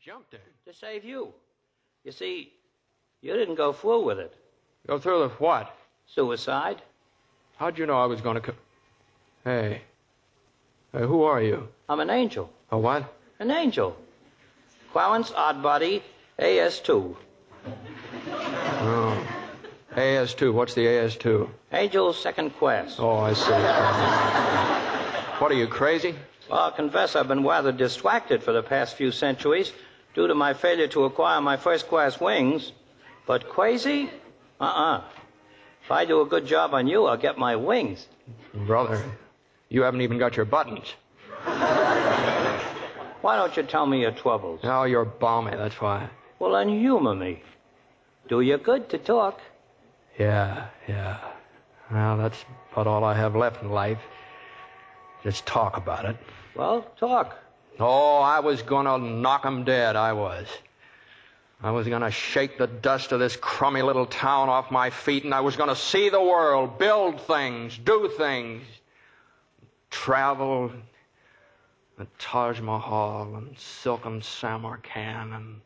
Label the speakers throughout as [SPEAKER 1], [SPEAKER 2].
[SPEAKER 1] jumped at.
[SPEAKER 2] to save you. You see, you didn't go through with it.
[SPEAKER 1] Go through with what?
[SPEAKER 2] Suicide?
[SPEAKER 1] How'd you know I was going to come? Hey. Hey, who are you?
[SPEAKER 2] I'm an angel.
[SPEAKER 1] A what?
[SPEAKER 2] An angel. Quallens Oddbody, AS2.
[SPEAKER 1] Oh. AS2. What's the AS2?
[SPEAKER 2] Angel's Second Quest.
[SPEAKER 1] Oh, I see. what are you, crazy?
[SPEAKER 2] Well, I'll confess I've been rather distracted for the past few centuries due to my failure to acquire my first class wings. But crazy? Uh uh If I do a good job on you, I'll get my wings.
[SPEAKER 1] Brother, you haven't even got your buttons.
[SPEAKER 2] Why don't you tell me your troubles?
[SPEAKER 1] Now you're balmy, that's why.
[SPEAKER 2] Well, then humor me. Do you good to talk.
[SPEAKER 1] Yeah, yeah. Well, that's about all I have left in life. Just talk about it.
[SPEAKER 2] Well, talk.
[SPEAKER 1] Oh, I was gonna knock 'em dead, I was. I was gonna shake the dust of this crummy little town off my feet, and I was gonna see the world, build things, do things, travel the Taj Mahal and silken Samarkand and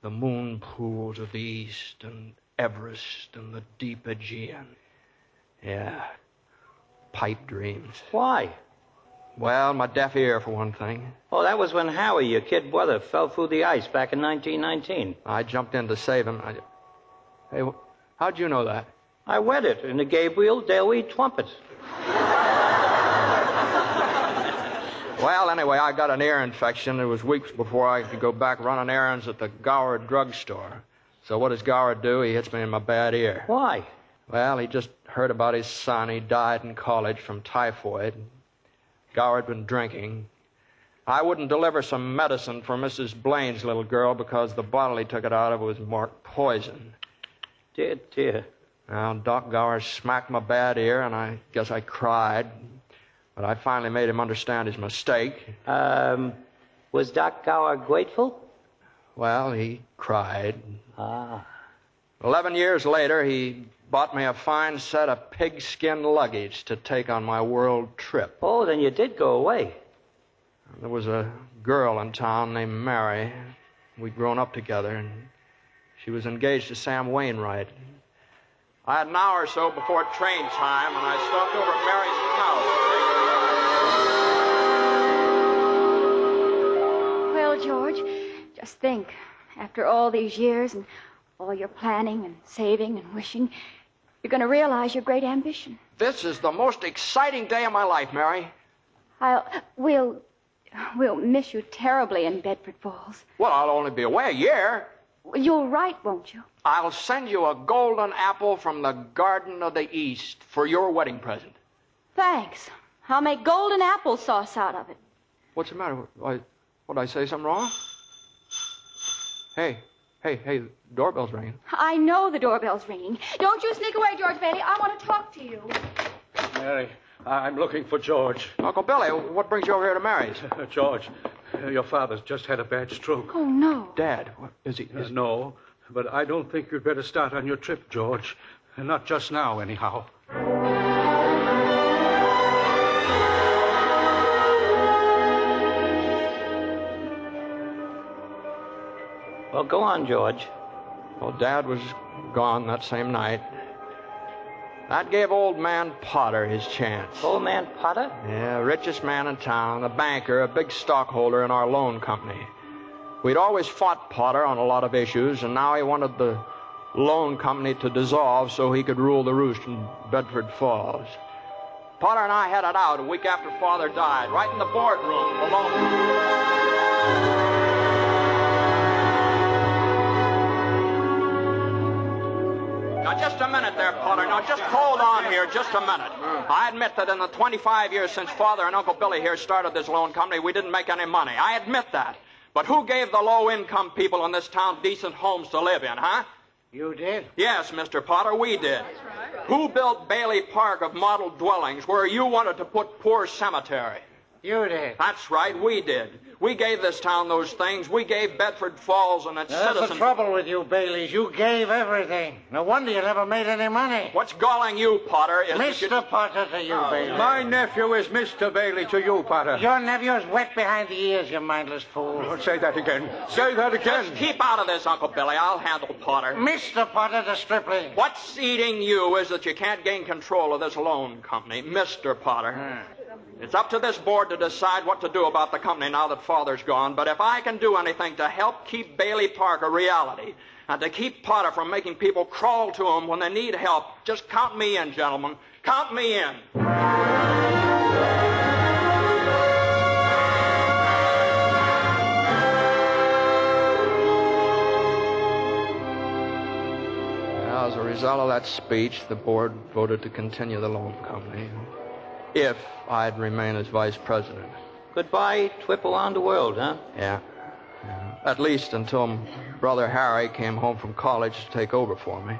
[SPEAKER 1] the moon pools of the east and Everest and the deep Aegean. Yeah, pipe dreams.
[SPEAKER 2] Why?
[SPEAKER 1] Well, my deaf ear, for one thing.
[SPEAKER 2] Oh, that was when Howie, your kid brother, fell through the ice back in 1919.
[SPEAKER 1] I jumped in to save him. I, hey, wh- how'd you know that?
[SPEAKER 2] I wed it in a Gabriel Daly trumpet.
[SPEAKER 1] Well, anyway, I got an ear infection. It was weeks before I could go back running errands at the Gower drugstore. So what does Gower do? He hits me in my bad ear.
[SPEAKER 2] Why?
[SPEAKER 1] Well, he just heard about his son. He died in college from typhoid. Gower had been drinking. I wouldn't deliver some medicine for Mrs. Blaine's little girl because the bottle he took it out of was marked poison.
[SPEAKER 2] Dear, dear.
[SPEAKER 1] Now, Doc Gower smacked my bad ear, and I guess I cried. But I finally made him understand his mistake.
[SPEAKER 2] Um, was Doc Gower grateful?
[SPEAKER 1] Well, he cried.
[SPEAKER 2] Ah.
[SPEAKER 1] Eleven years later, he bought me a fine set of pigskin luggage to take on my world trip.
[SPEAKER 2] Oh, then you did go away.
[SPEAKER 1] There was a girl in town named Mary. We'd grown up together, and she was engaged to Sam Wainwright. I had an hour or so before train time, and I stopped over at Mary's house.
[SPEAKER 3] Well, George, just think. After all these years and all your planning and saving and wishing, you're going to realize your great ambition.
[SPEAKER 1] This is the most exciting day of my life, Mary.
[SPEAKER 3] I'll. We'll. We'll miss you terribly in Bedford Falls.
[SPEAKER 1] Well, I'll only be away a year.
[SPEAKER 3] You'll write, won't you?
[SPEAKER 1] I'll send you a golden apple from the Garden of the East for your wedding present.
[SPEAKER 3] Thanks. I'll make golden apple sauce out of it.
[SPEAKER 1] What's the matter? Why, what, did I say something wrong? Hey, hey, hey, the doorbell's ringing.
[SPEAKER 3] I know the doorbell's ringing. Don't you sneak away, George Bailey. I want to talk to you.
[SPEAKER 4] Mary, I- I'm looking for George.
[SPEAKER 1] Uncle Billy, what brings you over here to Mary's?
[SPEAKER 4] George, uh, your father's just had a bad stroke.
[SPEAKER 3] Oh, no.
[SPEAKER 1] Dad, what, is he? Is,
[SPEAKER 4] No, but I don't think you'd better start on your trip, George. Not just now, anyhow.
[SPEAKER 2] Well, go on, George.
[SPEAKER 1] well, Dad was gone that same night. That gave old man Potter his chance.
[SPEAKER 2] Old man Potter?
[SPEAKER 1] Yeah, richest man in town, a banker, a big stockholder in our loan company. We'd always fought Potter on a lot of issues, and now he wanted the loan company to dissolve so he could rule the roost in Bedford Falls. Potter and I had it out a week after Father died, right in the boardroom, of the loan Now, just a minute there, Potter. Now, just hold on here just a minute.
[SPEAKER 5] Mm.
[SPEAKER 1] I admit that in the 25 years since Father and Uncle Billy here started this loan company, we didn't make any money. I admit that. But who gave the low income people in this town decent homes to live in, huh?
[SPEAKER 5] You did?
[SPEAKER 1] Yes, Mr. Potter, we did. Who built Bailey Park of model dwellings where you wanted to put poor cemetery?
[SPEAKER 5] You did.
[SPEAKER 1] That's right, we did. We gave this town those things. We gave Bedford Falls and its
[SPEAKER 5] That's the
[SPEAKER 1] citizens.
[SPEAKER 5] trouble with you, Baileys. You gave everything. No wonder you never made any money.
[SPEAKER 1] What's galling you, Potter, is that you- Oh,
[SPEAKER 5] Mr. Potter to you, Bailey.
[SPEAKER 4] My nephew is Mr. Bailey to you, Potter.
[SPEAKER 5] Your nephew is wet behind the ears, you mindless fool.
[SPEAKER 4] Don't say that again. Say that again. Mm.
[SPEAKER 1] Just keep out of this, Uncle Billy. I'll handle Potter.
[SPEAKER 5] Mr. Potter the stripling.
[SPEAKER 1] What's eating you is that you can't gain control of this loan company, Mr. Potter.
[SPEAKER 4] Mm.
[SPEAKER 1] It's up to this board to decide what to do about the company now that Father's gone, but if I can do anything to help keep Bailey Park a reality and to keep Potter from making people crawl to him when they need help, just count me in, gentlemen. Count me in. Now, as a result of that speech, the board voted to continue the loan company if I'd remain as vice president.
[SPEAKER 2] Goodbye, Twipple on the world, huh?
[SPEAKER 1] Yeah. yeah. At least until Brother Harry came home from college to take over for me.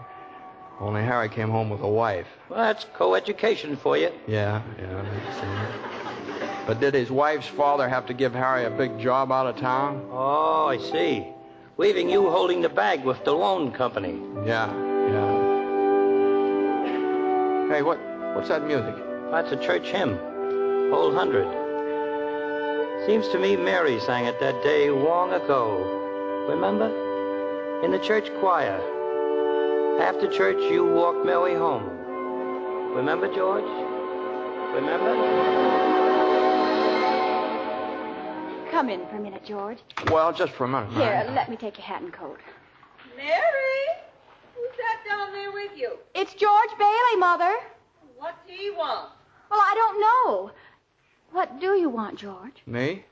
[SPEAKER 1] Only Harry came home with a wife.
[SPEAKER 2] Well, that's coeducation for you.
[SPEAKER 1] Yeah, yeah. that's, uh, But did his wife's father have to give Harry a big job out of town?
[SPEAKER 2] Oh, I see. Leaving you holding the bag with the loan company.
[SPEAKER 1] Yeah, yeah. Hey, what, what's that music?
[SPEAKER 2] That's a church hymn. Whole hundred. Seems to me Mary sang it that day long ago. Remember? In the church choir. After church, you walked Mary home. Remember, George? Remember?
[SPEAKER 3] Come in for a minute, George.
[SPEAKER 1] Well, just for a minute.
[SPEAKER 3] Here,
[SPEAKER 1] Mary.
[SPEAKER 3] let me take your hat and coat.
[SPEAKER 6] Mary, who's that down there with you?
[SPEAKER 3] It's George Bailey, Mother.
[SPEAKER 6] What's he want?
[SPEAKER 3] Well, Oh, I don't know. What do you want, George?
[SPEAKER 1] Me?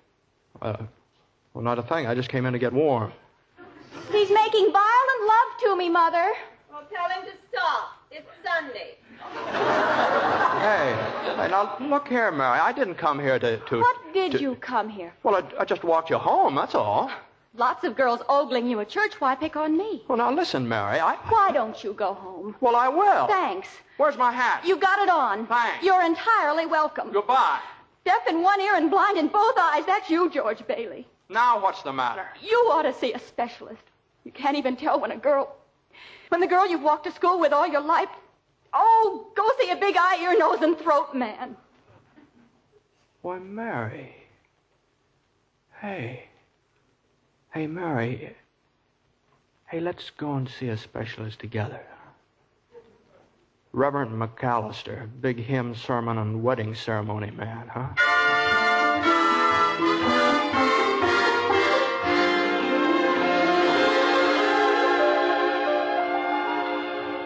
[SPEAKER 1] Uh, well, not a thing. I just came in to get warm.
[SPEAKER 3] He's making violent love to me, Mother.
[SPEAKER 6] Well, tell him to stop. It's Sunday.
[SPEAKER 1] Hey, hey, now look here, Mary. I didn't come here to. to
[SPEAKER 3] What did
[SPEAKER 1] to-
[SPEAKER 3] you come here?
[SPEAKER 1] Well, I, I just walked you home. That's all.
[SPEAKER 3] Lots of girls ogling you at church. Why pick on me?
[SPEAKER 1] Well, now listen, Mary. I.
[SPEAKER 3] Why don't you go home?
[SPEAKER 1] Well, I will.
[SPEAKER 3] Thanks.
[SPEAKER 1] Where's my hat?
[SPEAKER 3] You got it on.
[SPEAKER 1] Thanks.
[SPEAKER 3] You're entirely welcome.
[SPEAKER 1] Goodbye.
[SPEAKER 3] Deaf in one ear and blind in both eyes. That's you, George Bailey.
[SPEAKER 1] Now what's the matter?
[SPEAKER 3] You ought to see a specialist. You can't even tell when a girl, when the girl you've walked to school with all your life. Oh, go see a big eye, ear, nose, and throat man.
[SPEAKER 1] Why, Mary. Hey. Hey, Mary. Hey, let's go and see a specialist together. Reverend McAllister, big hymn sermon and wedding ceremony man, huh?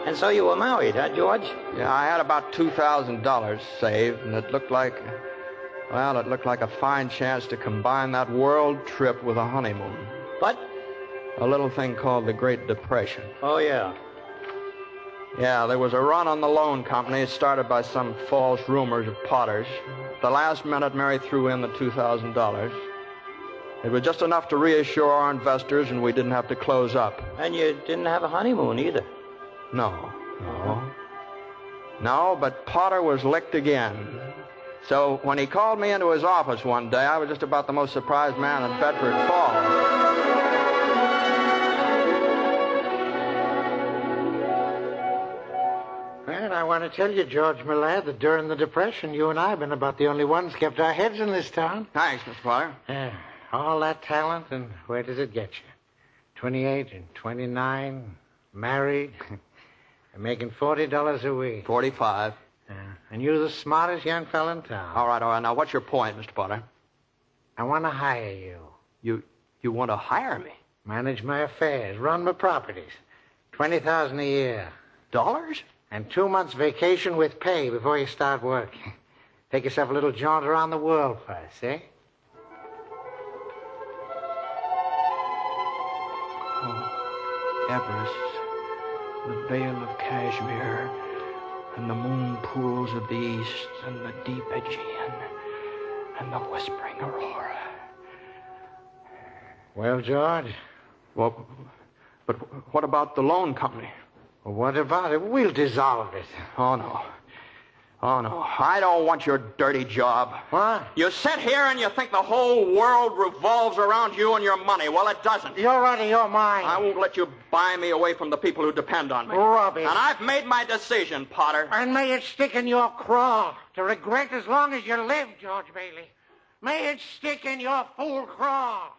[SPEAKER 2] And so you were married, huh, George?
[SPEAKER 1] Yeah, I had about two thousand dollars saved, and it looked like, well, it looked like a fine chance to combine that world trip with a honeymoon.
[SPEAKER 2] But,
[SPEAKER 1] A little thing called the Great Depression.
[SPEAKER 2] oh, yeah.
[SPEAKER 1] Yeah, there was a run on the loan company started by some false rumors of Potter's. At the last minute, Mary threw in the $2,000. It was just enough to reassure our investors, and we didn't have to close up.
[SPEAKER 2] And you didn't have a honeymoon either.
[SPEAKER 1] No, no. No, but Potter was licked again. So when he called me into his office one day, I was just about the most surprised man in Bedford Falls.
[SPEAKER 5] Well, I want to tell you, George, my lad, that during the Depression, you and I have been about the only ones kept our heads in this town.
[SPEAKER 1] Thanks, Mr. Potter.
[SPEAKER 5] Yeah, Uh, all that talent, and where does it get you? 28 and 29, married, and making $40 a week.
[SPEAKER 1] 45.
[SPEAKER 5] Yeah, and you're the smartest young fella in town.
[SPEAKER 1] All right, all right. Now, what's your point, Mr. Potter?
[SPEAKER 5] I want to hire you,
[SPEAKER 1] You, you want to hire me?
[SPEAKER 5] manage my affairs, run my properties. 20000 a year.
[SPEAKER 1] Dollars?
[SPEAKER 5] And two months vacation with pay before you start work. Take yourself a little jaunt around the world first, eh?
[SPEAKER 1] Everest, the Vale of Kashmir, and the moon pools of the east, and the deep Aegean, and the whispering aurora.
[SPEAKER 5] Well, George,
[SPEAKER 1] Well, but what about the loan company?
[SPEAKER 5] what about it? We'll dissolve it.
[SPEAKER 1] Oh, no. Oh, no. I don't want your dirty job.
[SPEAKER 5] What?
[SPEAKER 1] You sit here and you think the whole world revolves around you and your money. Well, it doesn't.
[SPEAKER 5] You're out of your mind.
[SPEAKER 1] I won't let you buy me away from the people who depend on me.
[SPEAKER 5] Rubbish.
[SPEAKER 1] And I've made my decision, Potter.
[SPEAKER 5] And may it stick in your craw to regret as long as you live, George Bailey. May it stick in your fool craw.